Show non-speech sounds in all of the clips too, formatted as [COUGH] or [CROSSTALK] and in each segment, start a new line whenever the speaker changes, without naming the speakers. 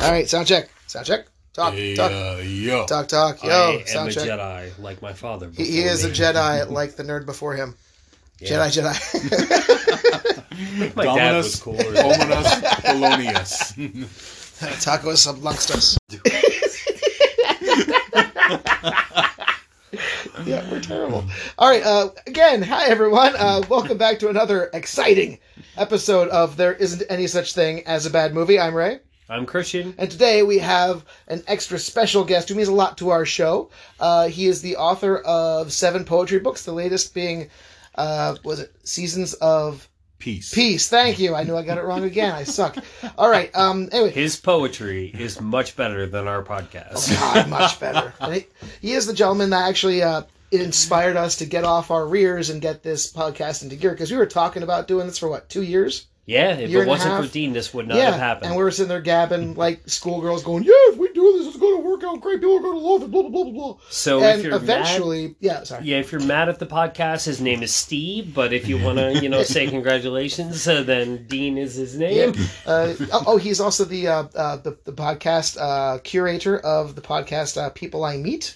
All right, sound check. Sound check. Talk, talk,
uh, yo.
talk, talk. Yo,
I am a
sound check.
Jedi, like my father.
He, he
before
is a
me.
Jedi, [LAUGHS] like the nerd before him.
Yeah.
Jedi, [LAUGHS] Jedi.
[LAUGHS] My dad
Dominus,
was cooler.
[LAUGHS]
[LAUGHS]
than-
Ominous, Polonius.
Taco is amongst us. yeah, we're terrible. All right. Uh, again, hi everyone. Uh, welcome back to another exciting episode of There Isn't Any Such Thing as a Bad Movie. I'm Ray.
I'm Christian.
And today we have an extra special guest who means a lot to our show. Uh, he is the author of seven poetry books, the latest being, uh, was it Seasons of
Peace.
Peace? Thank you. I knew I got it wrong again. I suck. [LAUGHS] All right. Um, anyway,
His poetry is much better than our podcast.
God, Ah, much better. [LAUGHS] And he, he is the gentleman that actually uh, inspired us to get off our rears and get this podcast into gear because we were talking about doing this for what, two years?
Yeah, if
Year
it
and a
wasn't
half.
for Dean, this would not have happened.
And we were sitting there gabbing like schoolgirls going, yeah, if we do this, it's going to work out great. People are going to love it, blah, blah, blah, blah, blah.
so if
and
you're eventually,
eventually, yeah, sorry.
mad, yeah, if you're mad at the podcast, his name is Steve. But if you want to, you know, say congratulations, uh, then Dean is his name.
Uh, oh, oh, he's also the uh, uh, the, the podcast uh, curator of the podcast uh, People I Meet.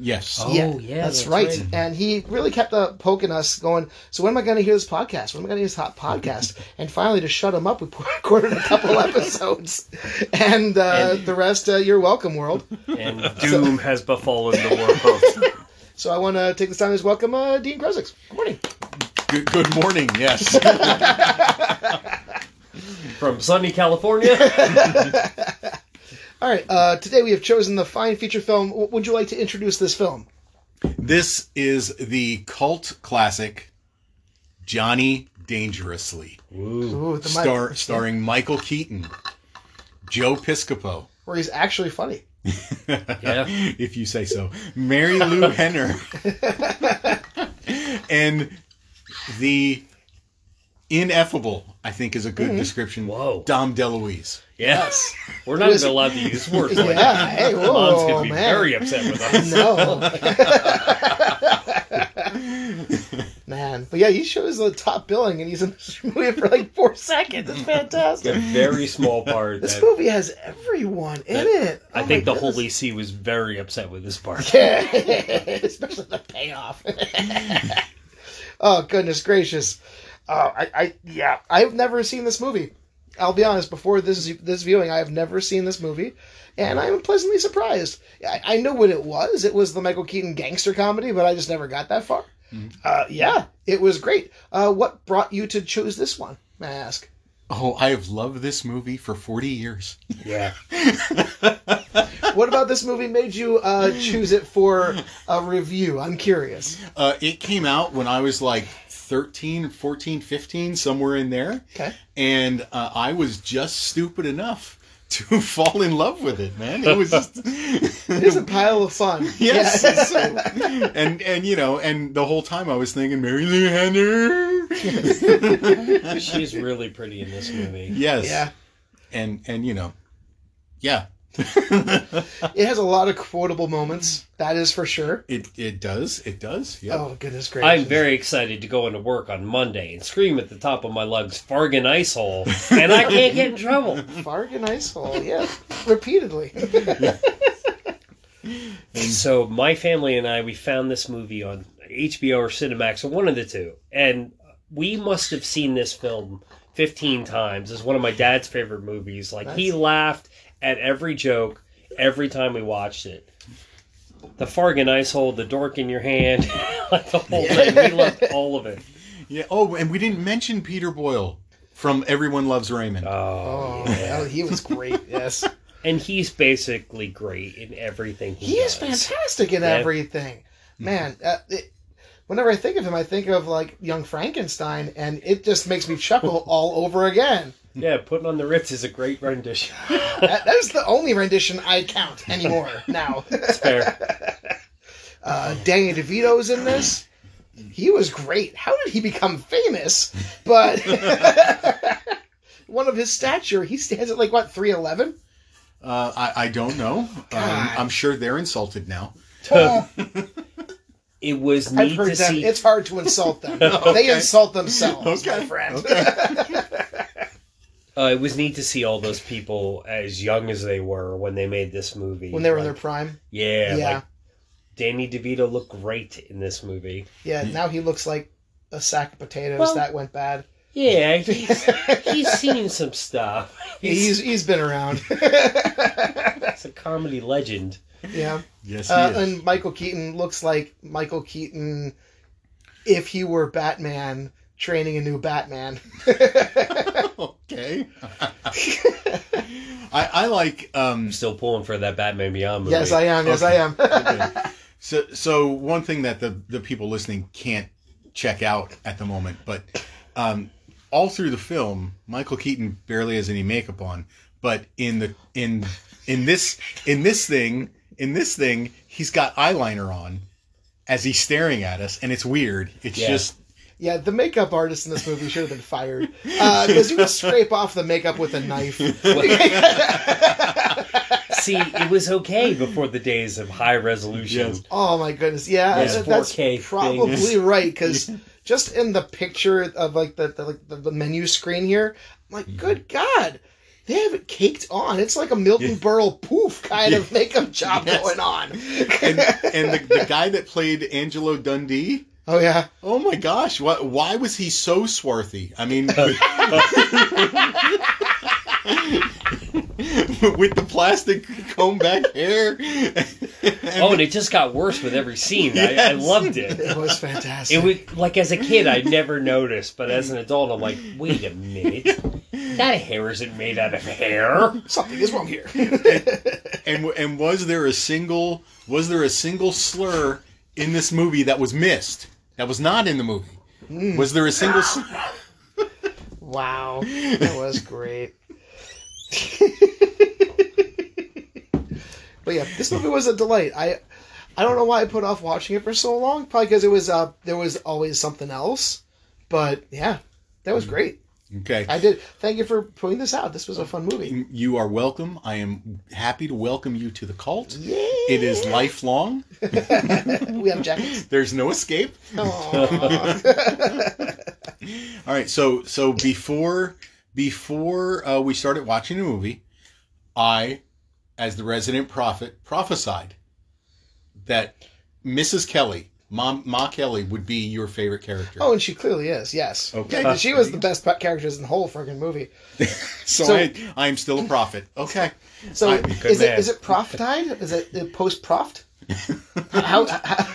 Yes.
Uh,
Oh, yeah,
that's,
that's
right.
right.
And he really kept uh, poking us, going, "So when am I going to hear this podcast? When am I going to hear this hot podcast?" and finally, to shut him up, we [LAUGHS] recorded a couple episodes, and, uh,
And-
the rest, uh, you're welcome, world. [LAUGHS]
And doom has befallen the world. [LAUGHS]
So I want to take this time to welcome uh, Dean Grozix. Good morning.
Good, good morning. Yes.
[LAUGHS]
From sunny California.
All right, uh, today we have chosen the fine feature film. W- Would you like to introduce this film?
this is the cult classic Johnny Dangerously,
Ooh.
Ooh, the mic,
star, starring Michael Keaton, Joe Piscopo,
where he's actually funny.
Yeah.
if you say so, Mary
[LAUGHS]
Lou Henner, and the ineffable, I think is a good
Mm-hmm.
description,
Whoa.
Dom DeLuise.
Yes. We're not even allowed to use words like that.
Yeah,
[LAUGHS]
hey, whoa,
Mom's gonna be
man.
very upset with us.
No.
[LAUGHS]
[LAUGHS] Man, but yeah, he shows the top billing, and he's in this movie for like four seconds. It's
A
fantastic.
very small part.
This
That
movie has everyone in it.
I
Oh
think
my
the
goodness.
Holy See was very upset with this part.
Yeah, [LAUGHS] especially the payoff. oh goodness gracious! Uh, I, I yeah, I've never seen this movie. I'll be honest. Before this this viewing, I have never seen this movie, and I'm pleasantly surprised. I, I know what it was. It was the Michael Keaton gangster comedy, but I just never got that far. Uh, yeah, it was great. Uh, what brought you to choose this one? May I ask?
Oh, I have loved this movie for 40 years.
Yeah.
What about this movie made you uh, choose it for a review? I'm curious.
Uh, it came out when I was like 13, 14, 15, somewhere in there.
Okay.
And uh, I was just stupid enough [LAUGHS] to fall in love with it, man. It was just. [LAUGHS]
It is a pile of fun.
Yes,
Yeah.
so- and and you know, and the whole time I was thinking Mary Lou Henner.
[LAUGHS] She's really pretty in this movie.
[LAUGHS] yes,
Yeah,
and and you know, yeah,
it has a lot of quotable moments. That is for sure.
it it does, it does. Yeah,
Oh goodness gracious!
I'm very excited to go into work on Monday and scream at the top of my lungs, Fargan Icehole, and I can't get in trouble.
Fargan Icehole, Oh, yeah, repeatedly.
So my family and I, we found this movie on HBO or Cinemax or one of the two, and we must have seen this film 15 times. It's one of my dad's favorite movies. Like he
Nice.
laughed at every joke every time we watched it. The Fargan ice hole, the dork in your hand, [LAUGHS] like the whole thing. We loved all of it.
yeah. Oh, and we didn't mention Peter Boyle from Everyone Loves Raymond.
Oh,
Oh, yeah.
oh, he was great. Yes,
And he's basically great in everything he,
he is
does.
fantastic in
Yeah.
everything. Man, uh, it, whenever I think of him, I think of like Young Frankenstein, and it just makes me chuckle all over again.
Yeah, putting on the Ritz is a great rendition.
That, that is the only rendition I count anymore now. [LAUGHS]
It's fair.
Uh, Danny DeVito's in this. He was great. How did he become famous? But [LAUGHS] one of his stature, he stands at like what three eleven.
Uh, I I don't know. Um,
God.
I'm sure they're insulted now.
It was neat
I've heard
to
that
see.
it's hard to insult them. They
Okay.
insult themselves, my
Okay.
friend.
Uh, it was neat to see all those people as young as they were when they made this
[LAUGHS]
movie.
when they were in
like,
their prime.
yeah,
Yeah.
like Danny DeVito looked great in this movie.
Yeah, now he looks like a sack of potatoes
Well-
that went bad. [LAUGHS]
Yeah, he's, he's seen some stuff.
He's he's been around. [LAUGHS]
he's a comedy legend.
yeah,
Yes, he
uh,
is.
and Michael Keaton looks like Michael Keaton if he were Batman training a new Batman. [LAUGHS]
okay. I, I like um,
I'm still pulling for that Batman Beyond movie.
yes, I am. Yes,
Okay.
I am.
Okay. So, so one thing that the, the people listening can't check out at the moment, but um, all through the film, Michael Keaton barely has any makeup on. But in the in in this in this thing in this thing, he's got eyeliner on as he's staring at us, and it's weird. It's
Yeah.
just
[LAUGHS] Yeah, the makeup artist in this movie should have been fired because you would scrape off the makeup with a knife. [LAUGHS]
See, it was okay before the days of high resolution.
Yes.
oh my goodness! Yeah,
Those
that- that's
4K
probably
things.
right because just in the picture of like the the, like, the, the menu screen here, I'm like, good God, they have it caked on. It's like a Milton
Yeah.
Berle poof kind of makeup job
Yes.
going on.
and, and the, the guy that played Angelo Dundee.
oh yeah,
Oh my gosh! Why why was he so swarthy? I mean, [LAUGHS] with the plastic comb back hair. [LAUGHS]
Oh, and it just got worse with every scene. I, I
Yes.
loved it.
it was fantastic.
It was like as a kid, I never noticed, but as an adult, I'm like, wait
[LAUGHS]
a minute, that hair isn't made out of hair.
Something is wrong here.
and w- and was there a single was there a single slur in this movie that was missed? That was not in the movie. Was there a single? s-
wow, that was great. [LAUGHS] But yeah, this movie was a delight. I I don't know why I put off watching it for so long. Probably because it was uh there was always something else. But yeah, that
Mm.
was great.
Okay.
I did. Thank you for putting this out. This was a fun
[LAUGHS]
movie.
You are welcome. I am happy to welcome you to the cult.
Yeah,
It is lifelong.
we have
[LAUGHS]
jackets.
There's no escape.
Aw.
All right, so so before before uh, we started watching the movie, I, as the resident prophet, prophesied that Mrs. Kelly, Mom, Ma Kelly, would be your favorite character.
oh, and she clearly is. Yes.
Okay.
She was the best pet characters in the whole freaking movie.
so,
so-
I, I am still a prophet. Okay, [LAUGHS]
So
I-
good
is
man.
it is it prophetied? Is it post
[LAUGHS]
proft? how, how-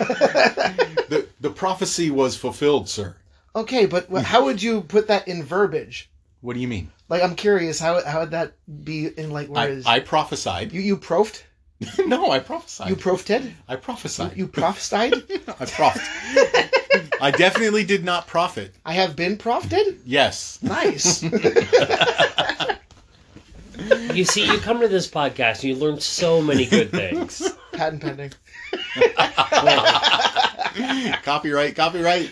the the prophecy was fulfilled, sir.
okay, but wh- how would you put that in verbiage?
What do you mean?
Like, I'm curious how how would that be in like where
I,
is
I prophesied.
you you profed?
[LAUGHS] no, I prophesied.
You profted?
I prophesied.
You prophesied?
[LAUGHS] I
[LAUGHS]
prophed. I definitely did not profit.
I have been profted? [LAUGHS]
Yes. [LAUGHS]
Nice.
You see, you come to this podcast and you learn so many good things.
Patent pending.
copyright, copyright.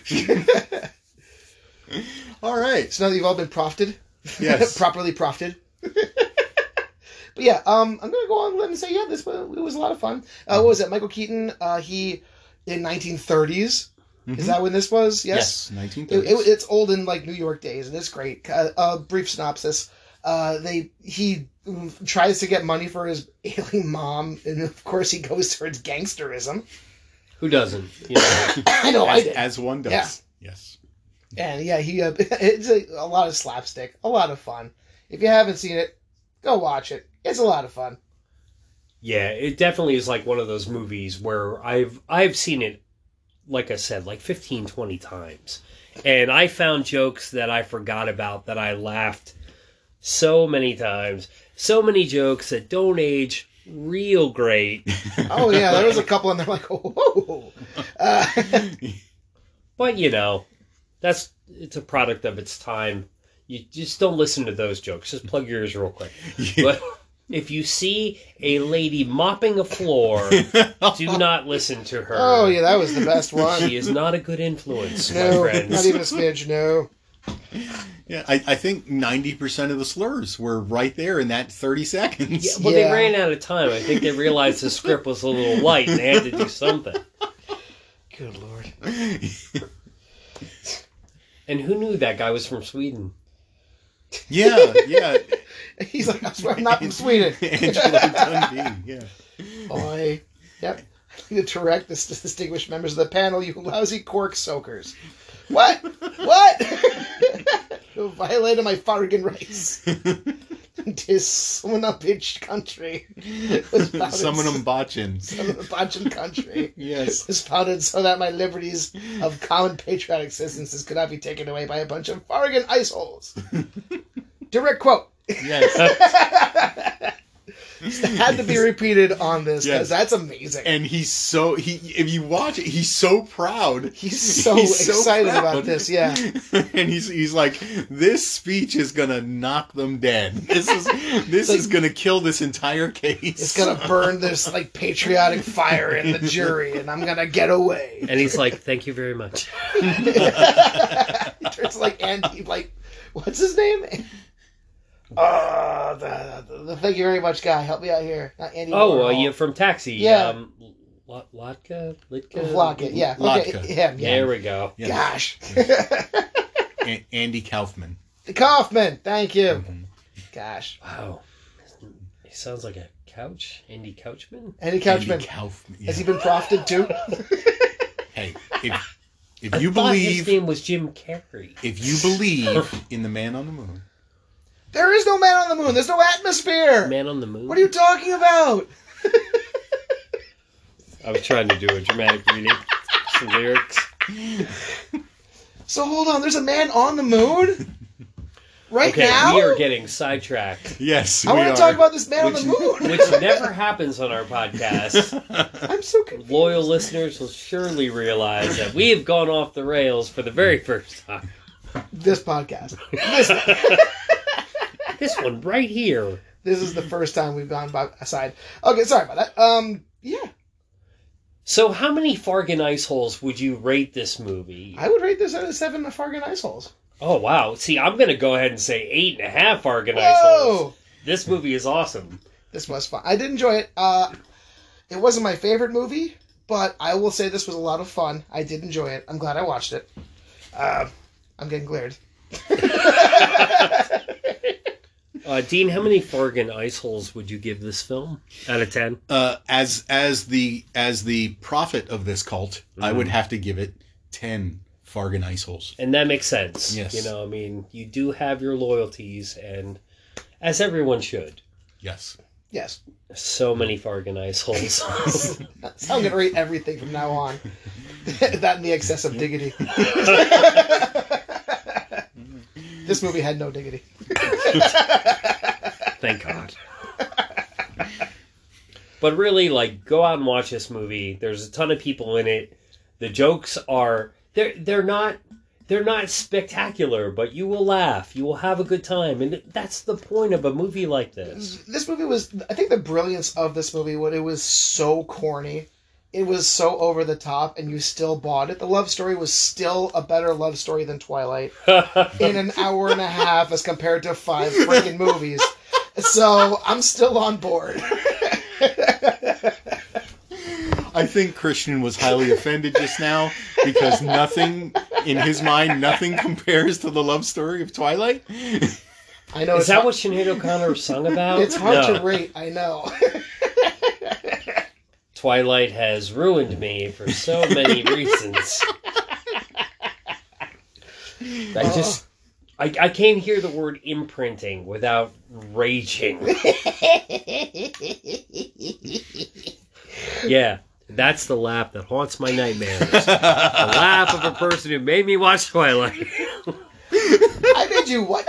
[LAUGHS]
All right.
So now that you've all been profted, [LAUGHS]
Yes.
properly profted. but yeah, um, I'm gonna go on a limb and say yeah, this was, it was a lot of fun. Uh,
Mm-hmm.
what was it? Michael Keaton. Uh, he in 1930s. Is that when this was? Yes.
Mm-hmm. Yes, 1930s.
It, it- it's old in like New York days, and it's great. Uh, a brief synopsis: uh, They he tries to get money for his [LAUGHS] ailing mom, and of course he goes towards gangsterism.
Who doesn't? You know,
[COUGHS] I know I
as,
did,
as one does.
Yeah.
Yes.
and yeah, he uh, [LAUGHS] it's a, a lot of slapstick, a lot of fun. If you haven't seen it, go watch it. It's a lot of fun.
yeah, it definitely is like one of those movies where I've I've seen it, like I said, like 15, 20 times, and I found jokes that I forgot about that I laughed so many times, so many jokes that don't age real great.
Oh yeah, there was a couple, and they're like, [LAUGHS] whoa. Uh, [LAUGHS]
But you know, that's it's a product of its time. You just don't listen to those jokes. Just plug your ears real quick.
[LAUGHS]
But if you see a lady mopping
[LAUGHS]
a floor, do not listen to her.
oh yeah, that was the best one. [LAUGHS]
She is not a good influence, my
No, not
friends.
even a smidge. No.
Yeah, I, I think 90% of the slurs were right there in that 30 seconds.
Yeah, well,
Yeah.
they ran out of time. I think they realized the script was a little light and they had to do something.
Good lord.
And who knew that guy was from Sweden?
[LAUGHS] Yeah, yeah.
[LAUGHS] He's like, I swear I'm not from Sweden. [LAUGHS]
Angela Dundee. Yeah.
Boy. Yep. [LAUGHS] I need to direct this to distinguished members of the panel, you lousy cork soakers. What? What? [LAUGHS] Who violated my fargan
[LAUGHS]
rights. Tis someone up each country. Was founded-
[LAUGHS]
[LAUGHS]
Summon 'em botchin.
Someone of a bunch of country.
Yes.
Was founded so that my liberties of common patriotic citizens could not be taken away by a bunch of fargan ice
[LAUGHS]
holes. Direct quote.
Yes.
Had to be repeated on this because
Yes.
that's amazing.
And he's so he. If you watch it, he's so proud.
He's so excited
[LAUGHS]
about this, yeah.
and he's he's like, this speech is gonna knock them dead. This is this
like-
is gonna kill this entire case.
It's gonna burn this like patriotic fire
[LAUGHS]
in the jury, and I'm gonna get away. [LAUGHS]
And he's like, "Thank you very much."
he turns like Andy, like what's his name? Uh, the, the, the thank you very much guy. Help me out here. Not Andy.
Oh,
Warhol.
uh, you from Taxi?
Yeah.
Um, L- Lotka, Litka,
Lock it. Yeah.
Lotka.
Okay. Him. Yeah.
There we go.
[LAUGHS] Yeah.
[LAUGHS]
Gosh.
A- Andy Kaufman.
[LAUGHS] Kaufman. Thank you.
Mm-hmm.
Gosh.
Wow. He sounds like a couch. Andy Couchman.
Andy Couchman.
Andy Kaufman. Yeah.
Has he been profted too? [LAUGHS]
hey, if if you
I thought
believe
his name was Jim Carrey.
if you believe in the man on the moon,
there is no man on the moon. There's no atmosphere.
Man on the Moon.
What are you talking about?
I was trying to do a dramatic reading. Some lyrics.
So hold on. There's a man on the
[LAUGHS]
moon. Right
Okay,
now.
we are getting sidetracked,
yes,
I
we
want to
are.
talk about this man on the moon.
which never happens on our podcast.
[LAUGHS]
[LAUGHS]
I'm so confused.
Loyal listeners will surely realize that we have gone off the rails for the very first time.
This podcast.
This one right here.
This is the first time we've gone by aside. Okay, sorry about that. Um, yeah,
So, how many Fargan ice holes would you rate this movie?
I would rate this out of seven Fargan ice holes.
Oh wow! See, I'm gonna go ahead and say eight and a half Fargan ice holes.
Whoa,
This movie is awesome.
this was fun. I did enjoy it. Uh, it wasn't my favorite movie, but I will say this was a lot of fun. I did enjoy it. I'm glad I watched it. Uh, I'm getting glared.
Uh, Dean, how many Fargan ice holes would you give this film out of ten?
Uh, as as the as the prophet of this cult, I would have to give it ten Fargan ice holes.
And that makes sense.
Yes.
You know, I mean, you do have your loyalties, and as everyone should.
Yes,
Yes,
So many Fargan ice holes.
That's how I'm gonna rate everything from now on. [LAUGHS] that and the excess of dignity. [LAUGHS] this movie had no dignity.
[LAUGHS] Thank God. but really, like, go out and watch this movie. There's a ton of people in it. The jokes are they're they're not they're not spectacular, but you will laugh. You will have a good time, and that's the point of a movie like this.
this movie was i think the brilliance of this movie was it was so corny it was so over the top and you still bought it the love story was still a better love story than
[LAUGHS]
twilight in an hour and a half as compared to five freaking movies so i'm still on board
I think Christian was highly offended just now because nothing in his mind nothing compares to the love story of Twilight.
i know
Is
it's
that
hard,
what Sinead O'Connor sung
[LAUGHS]
about?
it's hard
No.
to rate i know [LAUGHS]
Twilight has ruined me for so many reasons. I just, I, I can't hear the word imprinting without raging. yeah, that's the laugh that haunts my nightmares. The laugh of a person who made me watch Twilight.
i made you what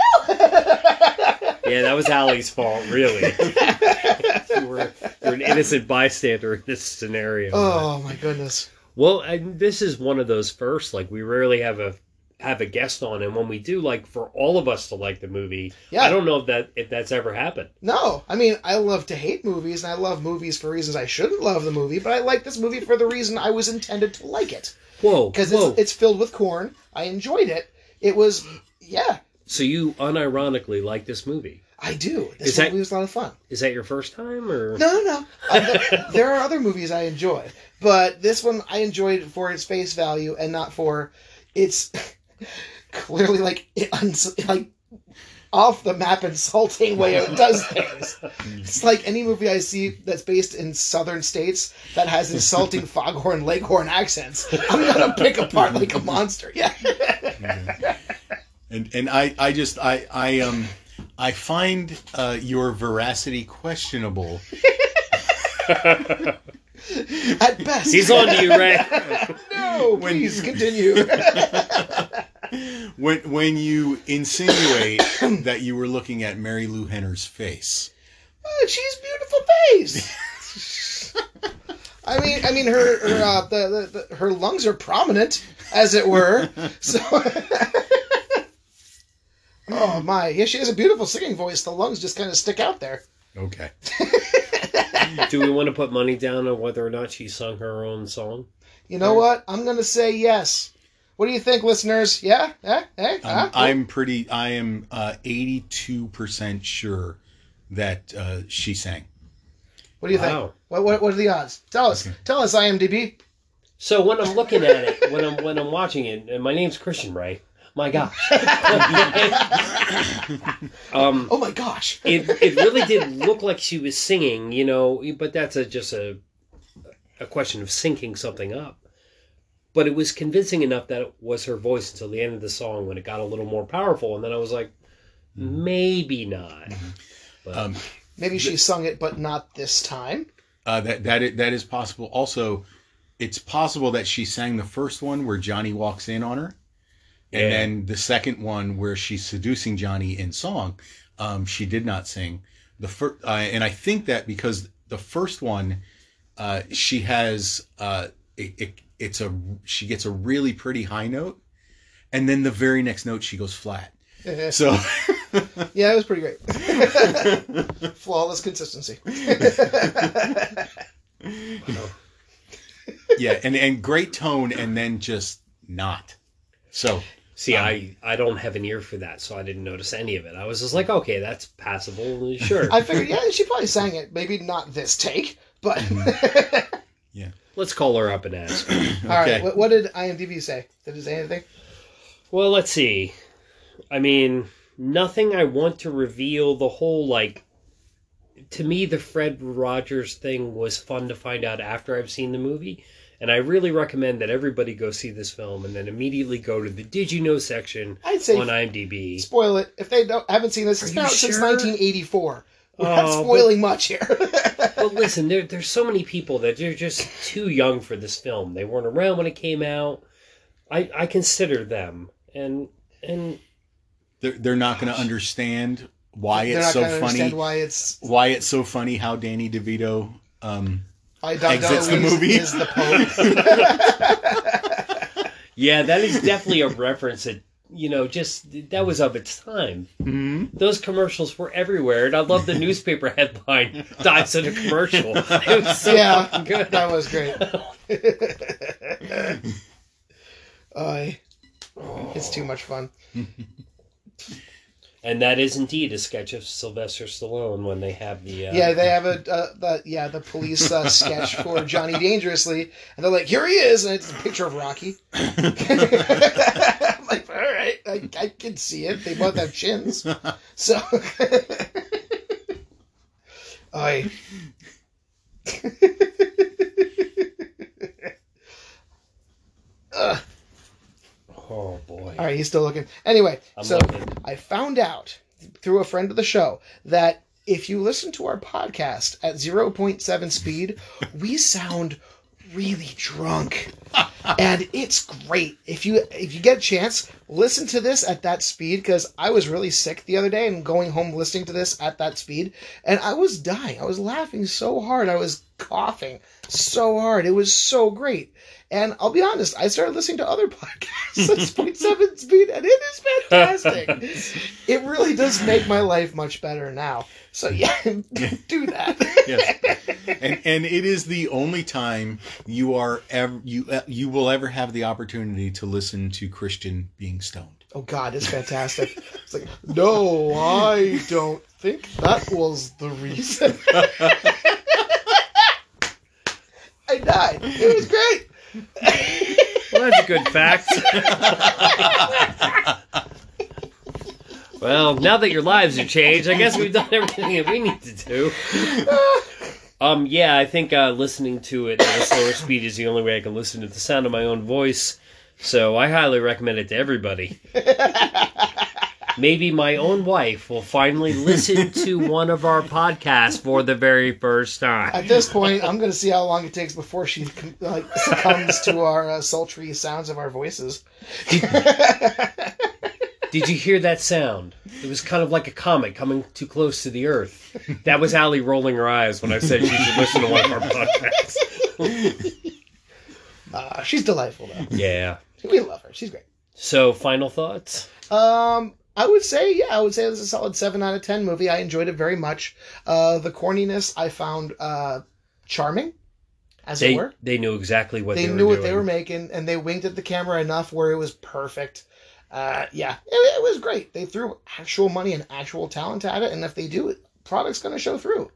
yeah, that was Allie's fault, really. you, were, you were an innocent bystander in this scenario.
oh my goodness
Well, and this is one of those first. Like we rarely have a have a guest on, and when we do, like for all of us to like the movie,
Yeah.
I don't know if that if that's ever happened.
No, I mean I love to hate movies, and I love movies for reasons I shouldn't love the movie, but I like this movie for the reason I was intended to like it
Whoa,
because
whoa!
it's, it's filled with corn. I enjoyed it. It was, yeah,
so you unironically like this movie?
I do.
Is
This
that-
movie was a lot of fun.
Is that your first time, or
No, no, no. Uh, [LAUGHS] there are other movies I enjoy, but this one I enjoyed for its face value [LAUGHS] and not for its clearly like uns- like off the map insulting way it does things. It's like any movie I see that's based in southern states that has
[LAUGHS]
insulting foghorn leghorn accents. I'm gonna pick apart like a monster. Yeah.
And and I I just I I um I find uh, your veracity questionable.
At best.
He's on to you, Ray.
[LAUGHS] No,
When-
please continue. [LAUGHS]
When when you insinuate [COUGHS] that you were looking at Mary Lou Henner's face.
Oh, she's beautiful face. I mean, I mean, her her uh, the, the, the her lungs are prominent, as it were. So, [LAUGHS] oh my, yeah, she has a beautiful singing voice. The lungs just kind of stick out there.
Okay.
Do we want to put money down on whether or not she sung her own song?
You know what? I'm gonna say yes. What do you think, listeners? Yeah, eh, eh,
I'm,
huh?
Um, I'm pretty. I am uh, 82% sure that uh, she sang.
what do you think?
Wow.
What, what what are the odds? Tell us, tell us, IMDb.
So when I'm looking at it, when I'm when I'm watching it, and my name's Christian Ray.
[LAUGHS]
My gosh. [LAUGHS] um,
Oh my gosh!
it it really did look like she was singing, you know, but that's a, just a a question of syncing something up. But it was convincing enough that it was her voice until the end of the song when it got a little more powerful, and then I was like, maybe not.
Um,
Maybe she sung it, but not this time. [LAUGHS]
uh, that that is, that is possible. Also, it's possible that she sang the first one where Johnny walks in on her,
Yeah.
and then the second one where she's seducing Johnny in song. Um, she did not sing the first, uh, and I think that because the first one, uh, she has uh, it, it, it's a she gets a really pretty high note, and then the very next note she goes flat. So.
Yeah, it was pretty great. [LAUGHS]
[LAUGHS]
Flawless consistency.
yeah and and great tone and then just not so
See, I I don't have an ear for that, so I didn't notice any of it. I was just like, okay, that's passable, sure.
I figured, yeah, she probably sang it. Maybe not this take, but
Mm.
Let's call her up and ask. her.
[LAUGHS] all right. What, what did IMDb say? Did it say anything?
Well, let's see. I mean, nothing I want to reveal. The whole, like, to me, the Fred Rogers thing was fun to find out after I've seen the movie. And I really recommend that everybody go see this film and then immediately go to the Did You Know section
I'd say- [LAUGHS]
on IMDb.
Spoil it if they don't haven't seen this. It's
Are
been
you
out since
sure?
1984. We're
Oh,
not
but-
spoiling much here.
but listen, there, there's so many people that they're just too young for this film. They weren't around when it came out. I, I consider them. And, and
they're, they're not going to understand why
[LAUGHS] They're
it's
not
so
gonna understand
funny why...
why it's
it's so funny how danny devito um
I don't
Exits
know
the movie.
is the Pope.
[LAUGHS]
Yeah, that
[LAUGHS]
is definitely a reference that you know, just that was of its time.
mhm.
Mm-hmm.
Those commercials were everywhere, and I love the newspaper [LAUGHS] headline "Dies in a commercial." It was so
Yeah.
fucking good.
that was
[LAUGHS]
great. [LAUGHS] I. It's too much fun.
And that is indeed a sketch of Sylvester Stallone when they have the uh,
Yeah, they have a uh, the, yeah the police uh, sketch for Johnny Dangerously, and they're like, "Here he is," and it's a picture of Rocky. [LAUGHS] I'm like, all right, I, I can see it. They both have chins, so. [LAUGHS] I.
oh boy,
All right, he's still looking. Anyway,
I'm
so
loving it.
I found out through a friend of the show that if you listen to our podcast at 0.7 speed, we sound really drunk. and it's great. If you if you get a chance, listen to this at that speed cuz I was really sick the other day and going home listening to this at that speed and I was dying. I was laughing so hard. I was coughing so hard. It was so great. And I'll be honest, I started listening to other [LAUGHS] podcasts at 6.7 speed and it is fantastic. it really does make my life much better now. So yeah, [LAUGHS] do
[LAUGHS]
that.
yes and and it is the only time you are ever you uh, you will ever have the opportunity to listen to christian being stoned
Oh God, it's fantastic. It's like, no, I don't think that was the reason. [LAUGHS] I died. It was great.
Well, that's a good fact. Well, now that your lives have changed, I guess we've done everything that we need to do. Um, yeah, I think uh, listening to it at a slower speed is the only way I can listen to the sound of my own voice. So I highly recommend it to everybody. Maybe my own wife will finally listen to one of our podcasts for the very first time.
At this point, I'm going to see how long it takes before she like succumbs to our uh, sultry sounds of our voices.
Did you hear that sound? It was kind of like a comet coming too close to the Earth. That was Allie rolling her eyes when I said she should listen to one of our podcasts.
Ah, she's delightful though.
Yeah.
We love her. She's great.
So, final thoughts?
Um, I would say, yeah, I would say this is a solid seven out of ten movie. I enjoyed it very much. Uh, the corniness I found uh, charming, as
They
it were.
they knew exactly what
They,
they, were
knew what
doing.
they were making, and they winked at the camera enough where it was perfect. Uh, yeah, it, it was great. They threw actual money and actual talent at it, and if they do, it product's going to show through.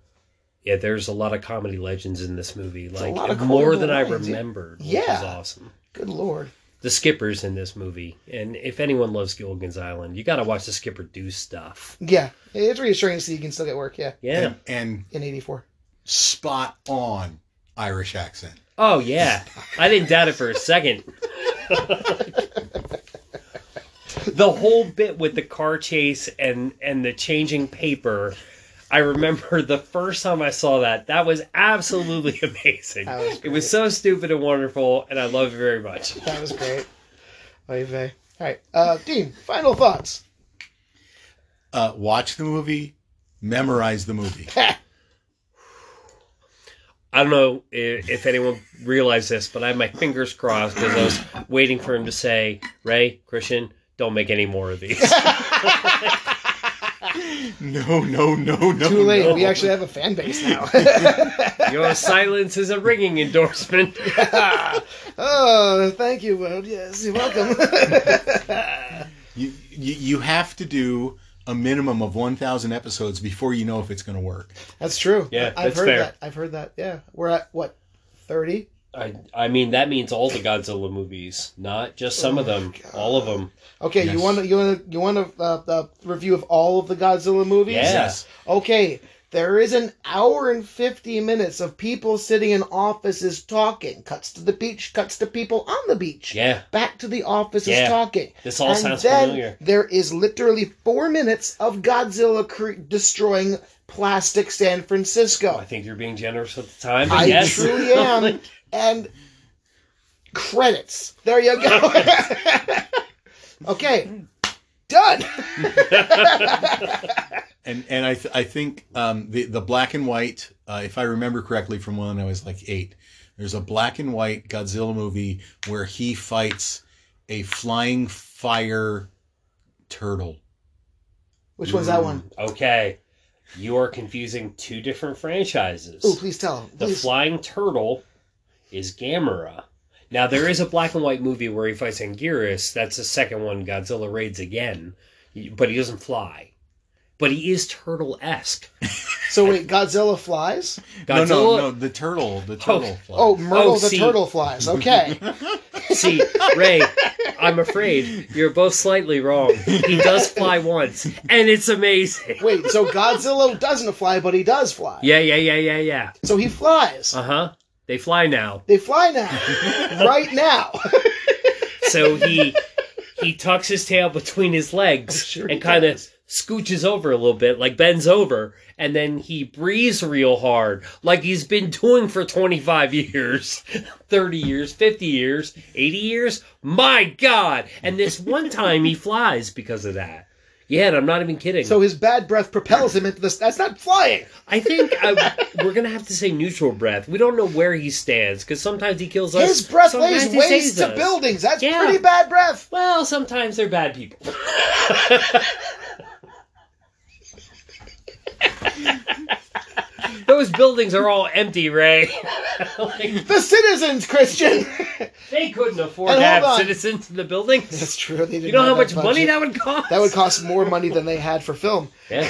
Yeah, there's a lot of comedy legends in this movie.
a
Like
lot of
more
quotable
than I
lines, yeah.
remembered, which
Yeah.
is awesome.
Good lord.
The skipper's in this movie, and if anyone loves Gilligan's Island, you got to watch the skipper do stuff.
Yeah, it's reassuring to see you can still get work. Yeah,
Yeah.
and,
in
and
'84.
spot on Irish accent.
Oh yeah. I didn't doubt it for a second. the whole bit with the car chase and and the changing paper. I remember the first time I saw that. That was absolutely [LAUGHS] amazing.
That was
it was so stupid and wonderful, and I love it very much.
That was great. Oy vey. All right, uh, Dean. Final thoughts.
Uh, watch the movie, memorize
[LAUGHS]
the movie.
I don't know if, if anyone realized this, but I had my fingers crossed because I was waiting for him to say, "Ray, Christian, don't make any more of these." [LAUGHS]
No, no, no, no.
Too late.
no.
We actually have a fan base now. [LAUGHS]
Your silence is a ringing endorsement.
oh, thank you, Woad. Yes, you're welcome. [LAUGHS]
You, you you have to do a minimum of one thousand episodes before you know if it's going to work.
that's true.
Yeah,
I've
that's
heard
fair.
that. I've heard that. Yeah, we're at what thirty?
I, I mean, that means all the Godzilla movies, not just some of
Oh
them, all of them.
Okay, you
Yes.
want you want you want a, uh uh review of all of the Godzilla movies?
Yeah.
Okay, there is an hour and 50 minutes of people sitting in offices talking. Cuts to the beach, cuts to people on the beach.
Yeah.
Back to the offices
Yeah.
talking.
This all
and
sounds
then
familiar.
There is literally four minutes of Godzilla cre- destroying plastic San Francisco.
I think you're being generous with the time. But
I
yes. [LAUGHS]
truly am. and credits. There you
[LAUGHS]
go. okay. Done.
And and I th- I think um, the the black and white, uh, if I remember correctly from when I was like eight, there's a black and white Godzilla movie where he fights a flying fire turtle.
Which one's that one?
Mm, Okay. You are confusing two different franchises.
Oh, please tell. him.
The
Please.
Flying Turtle is Gamera. Now there is a black and white movie where he fights Anguirus. That's the second one Godzilla raids again, but he doesn't fly. But he is turtle esque.
So wait, Godzilla flies?
No,
Godzilla.
no, no, the turtle, the turtle. flies.
Oh, Myrtle
Oh,
the
see.
turtle flies.
[LAUGHS]
Okay.
See, Ray, I'm afraid you're both slightly wrong. He does fly once, and it's amazing.
Wait, so Godzilla doesn't fly, but he does fly.
Yeah, yeah, yeah, yeah, yeah.
So he flies.
Uh huh. They fly now.
They fly
[LAUGHS]
now. right now.
So he he tucks his tail between his legs
sure he
and kind of
does.
scooches over a little bit, like bends over, and then he breathes real hard, like he's been doing for 25 years, 30 years, 50 years, 80 years. My God! And this one time he flies because of that. Yeah, and I'm not even kidding.
so his bad breath propels him into this. That's not flying.
I think I, we're gonna have to say neutral breath. We don't know where he stands because sometimes he kills us.
His breath
sometimes
lays
he
waste
saves
to
us.
buildings. That's
Yeah.
pretty bad breath.
Well, sometimes they're bad people. [LAUGHS] Those buildings are all empty, Ray. [LAUGHS] Like,
The citizens,
[LAUGHS]
Christian.
they couldn't afford
And hold
to have
on.
citizens in the buildings.
That's true. They didn't
You know
have
how much
that budget.
money that would cost?
That would cost more money than they had for film.
Yeah.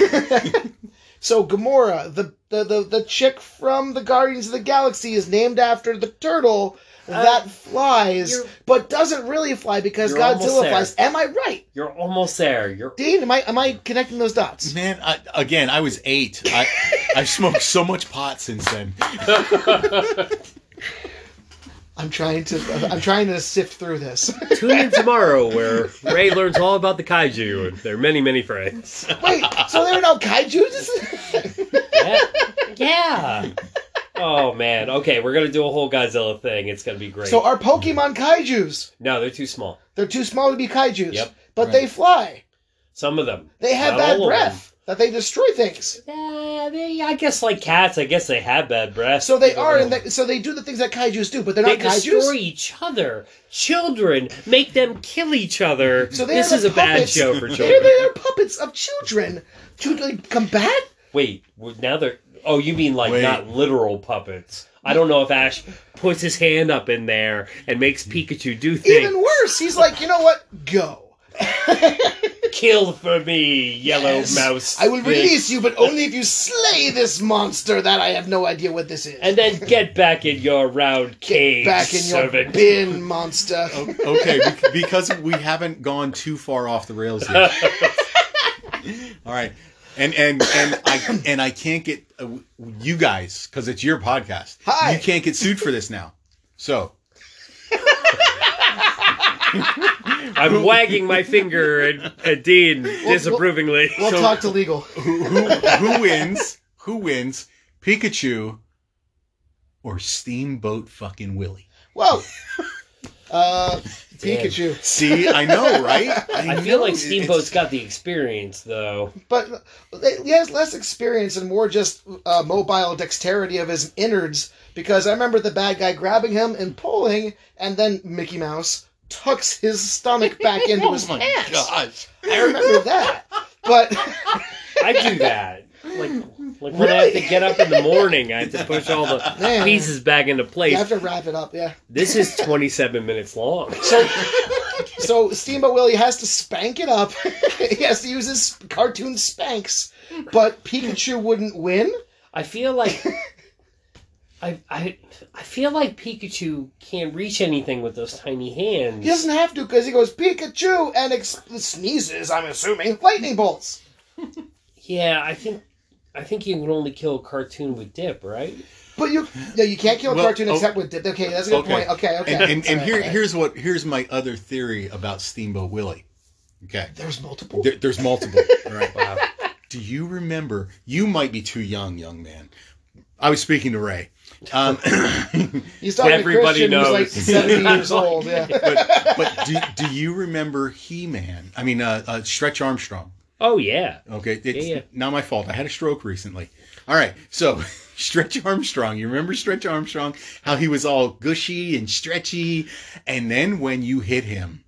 So Gamora, the the, the the chick from the Guardians of the Galaxy, is named after the turtle
Uh,
that flies,
you're-
but doesn't really fly because
You're almost
Godzilla
there.
flies. Am I right,
You're almost there. You're
Dean? Am I am I connecting those dots?
Man, I, again, I was eight. I, [LAUGHS] I've smoked so much pot since then.
I'm trying to I'm trying to sift through this. [LAUGHS]
Tune in tomorrow where Ray learns all about the kaiju and their many, many friends.
Wait, so there are no kaiju's?
Yeah. Oh man. Okay, we're gonna do a whole Godzilla thing. It's gonna be great.
so are Pokemon kaiju's?
no, they're too small.
They're too small to be kaiju's.
Yep.
But
Right.
they fly.
Some of them.
They have
Not
bad
all of
breath. That they destroy things.
Yeah, they, I guess like cats. I guess they have bad breath.
So they are, and
They,
they, so they do the things that kaiju's do, but they're
they
not
destroy
kaiju's.
each other. Children make them kill each other.
So they
this
are
is
the
a bad
puppets.
show
[LAUGHS]
for
They're,
children.
they're puppets of children to like, combat.
Wait, well, now they're. Oh, you mean like
Wait.
not literal puppets? I don't know if Ash puts his hand up in there and makes Pikachu do things.
Even worse, he's like, you know what? Go.
Kill for me, yellow
Yes.
mouse.
I will
bitch.
release you, but only if you slay this monster that I have no idea what this is.
And then get back in your round cage,
back in your
servant.
bin,
[LAUGHS]
monster.
Okay, bec- because we haven't gone too far off the rails
[LAUGHS]
yet. All right, and and and I and I can't get uh, you guys because it's your podcast.
Hi.
You can't get sued for this now. So
I'm wagging my finger at, at Dean disapprovingly.
We'll
So-
talk to legal.
who who, who wins? Who wins? Pikachu or Steamboat fucking Willie?
[LAUGHS]
Whoa. Uh,
Damn.
Pikachu.
See, I know, right? I,
I feel
know,
like
it's-
Steamboat's got the experience, though.
But uh, he has less experience and more just uh, mobile dexterity of his innards because I remember the bad guy grabbing him and pulling, and then Mickey Mouse tucks his
[LAUGHS]
stomach back into his
Oh my
pants.
gosh!
I remember that. But [LAUGHS]
I do that. Like, like when I have to get up in the morning, I have to push all the
Man.
pieces back into place.
you have to wrap it up, yeah.
This is 27
[LAUGHS]
minutes long.
So, so Steamboat Willie has to spank it up. [LAUGHS] he has to use his cartoon spanks, but Pikachu wouldn't win.
I feel like I, I I feel like Pikachu can't reach anything with those tiny hands.
He doesn't have to because he goes Pikachu and ex- sneezes. I'm assuming lightning bolts.
Yeah, I think I think you can only kill a cartoon with dip, right?
But you, no, you can't kill a
Well,
cartoon
oh-
except with dip. Okay, that's a good
okay.
point. Okay, okay.
And, and, and
Alright,
here,
alright.
here's what here's my other theory about Steamboat Willie. Okay,
there's multiple.
there, there's [LAUGHS] multiple. All right. Do you remember? You might be too young, young man. I was speaking to Ray. [LAUGHS] Um,
He's talking to
Everybody
Christian, who's like
knows.
70
[LAUGHS]
years old. Yeah.
but but do, do you remember He Man? I mean, uh, uh, Stretch Armstrong.
Oh yeah.
Okay, it's
Yeah, yeah.
not my fault. I had a stroke recently. All right, so [LAUGHS] Stretch Armstrong. You remember Stretch Armstrong? How he was all gushy and stretchy, and then when you hit him,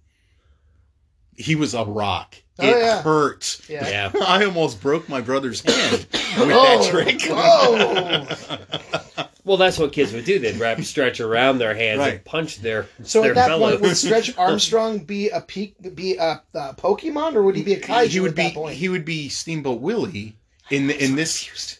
he was a rock.
Oh,
it
yeah.
hurt.
Yeah.
[LAUGHS] I almost broke my
[COUGHS]
brother's hand with that
Oh,
trick.
oh.
Well, that's what kids would do. They'd wrap [LAUGHS] a stretch around their hands and
Right.
punch their
So
their
at that
fellow.
point, would Stretch Armstrong be a peak, be a, uh Pokemon, or would he be
[LAUGHS]
a kaiju
he would
at
be
that point?
he would be Steamboat Willie in the, in this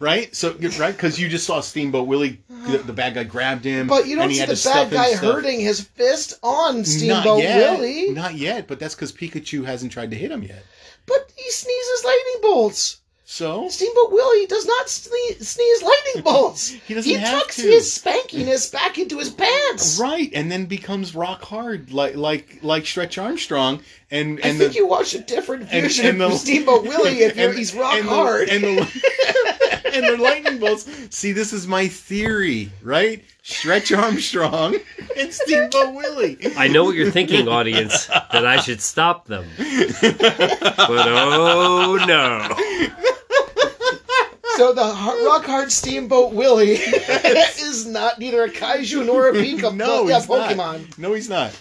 right. So you're right because you just saw Steamboat Willie, the, the bad guy grabbed him,
but you don't
and he
see
had
the
to
bad
stuff him
guy
stuff.
hurting his fist on
Not
Steamboat
yet.
Willie.
Not yet, but that's because Pikachu hasn't tried to hit him yet.
But he sneezes lightning bolts.
So
Steamboat Willie does not sne- sneeze
[LAUGHS]
lightning bolts.
he doesn't
he
have
tucks
to.
his spankiness back into his pants.
Right, and then becomes rock hard like like like Stretch Armstrong, and
I
and
think
the,
you watch a different
[LAUGHS] and-
version
and
of
the-
Steamboat Willie if you're, he's rock
[LAUGHS] and the-
hard.
and the [LAUGHS] and the lightning bolts. See, this is my theory, right? Stretch Armstrong [LAUGHS] and Steamboat Willie.
I know what you're thinking, audience, that I should stop them. But oh no.
[LAUGHS] so the har- rock hard Steamboat
[LAUGHS]
Willie [LAUGHS] is not neither a kaiju nor a pika
no,
yeah,
he's not.
Pokemon.
No, he's not.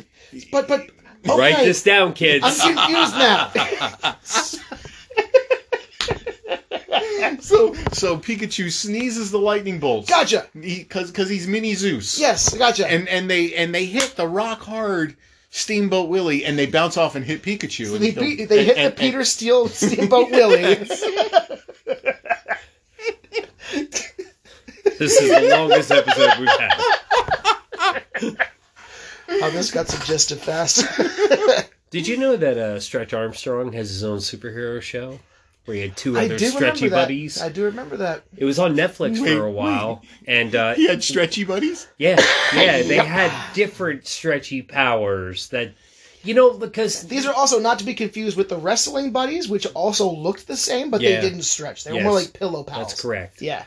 But but okay,
Write this down, kids.
I'm confused
[LAUGHS]
now.
So so Pikachu sneezes the lightning bolts.
gotcha.
Because because he's mini Zeus.
Yes, gotcha.
And and they and they hit the rock hard Steamboat Willie and they bounce off and hit Pikachu.
So
and
they,
kill-
beat, they hit
and- [LAUGHS]
the Peter Steele Steamboat Willie.
This is the longest episode we've had.
How Oh, this got suggested
[LAUGHS]
fast.
Did you know that uh, Stretch Armstrong has his own superhero show where he had two
I
other
do remember
stretchy
that.
buddies?
I do remember that.
It was on Netflix
Wait,
for a while, and uh,
He had stretchy buddies.
yeah,
[COUGHS]
yeah, they had different stretchy powers that, you know, because
These are also not to be confused with the wrestling buddies, which also looked the same, but
Yeah.
they didn't stretch. They were more
Yes.
like pillow pals.
that's correct.
Yeah.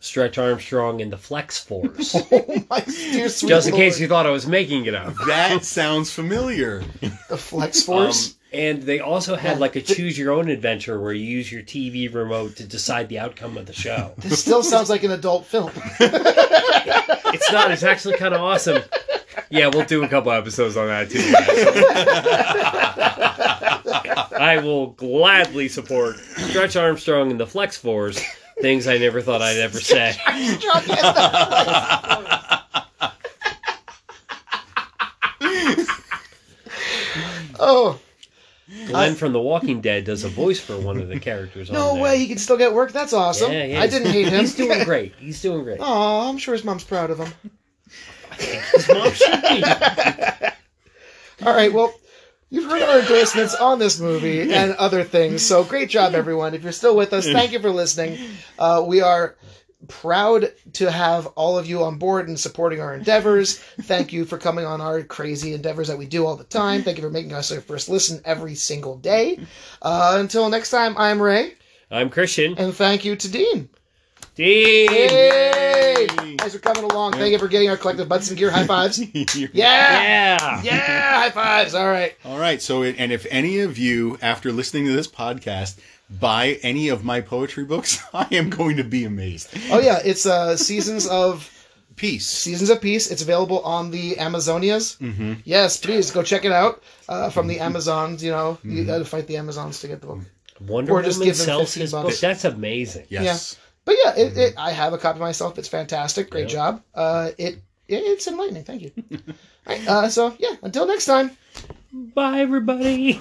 Stretch Armstrong and the Flex
[LAUGHS]
Force.
Oh my dear sweet
Just in
Lord.
case you thought I was making it up.
[LAUGHS]
That sounds familiar.
the flex
Um,
force.
and they also had
Yeah.
like a choose your own adventure where you use your TV remote to decide the outcome of the show.
[LAUGHS] this still sounds like an adult
[LAUGHS]
film. [LAUGHS]
It's not. It's actually kind of awesome. Yeah, we'll do a couple episodes on that too. guys. I will gladly support Stretch Armstrong and the Flex Force. Things I never thought I'd ever say. [LAUGHS]
oh
Glenn from The Walking Dead does a voice for one of the characters.
no
on there.
way! He can still get work. That's awesome.
Yeah, yeah.
I didn't hate him.
He's doing great. He's doing great.
Oh, I'm sure his mom's proud of him.
His mom should be.
[LAUGHS] All right, well, you've heard our endorsements on this movie and other things. So great job, everyone. If you're still with us, thank you for listening. Uh, we are proud to have all of you on board and supporting our endeavors. Thank you for coming on our crazy endeavors that we do all the time. Thank you for making us our first listen every single day. Uh, until next time, I'm Ray,
I'm Christian.
and thank you to Dean.
Dean.
Yay! Thanks for coming along. Thank you for getting our collective butts and gear high [LAUGHS] fives. [LAUGHS] Yeah!
Yeah.
Yeah! High fives! All right.
All right. So, it- and if any of you, after listening to this podcast, buy any of my poetry books, [LAUGHS] I am going to be amazed.
Oh yeah, it's uh seasons of
Peace.
seasons of peace. It's available on the Amazonias.
Mm-hmm.
Yes, please go check it out uh, from the Amazons. You know, you got to fight the Amazons to get the book.
Wonder
Or just
Woman
give him
sells
15
his
bucks.
book. That's amazing.
Yes.
But yeah, it, it, I have a copy myself. It's fantastic. Great
Yeah.
job. Uh, it, it it's [LAUGHS] enlightening. Thank you. All right, uh, so yeah, until next time.
Bye, everybody.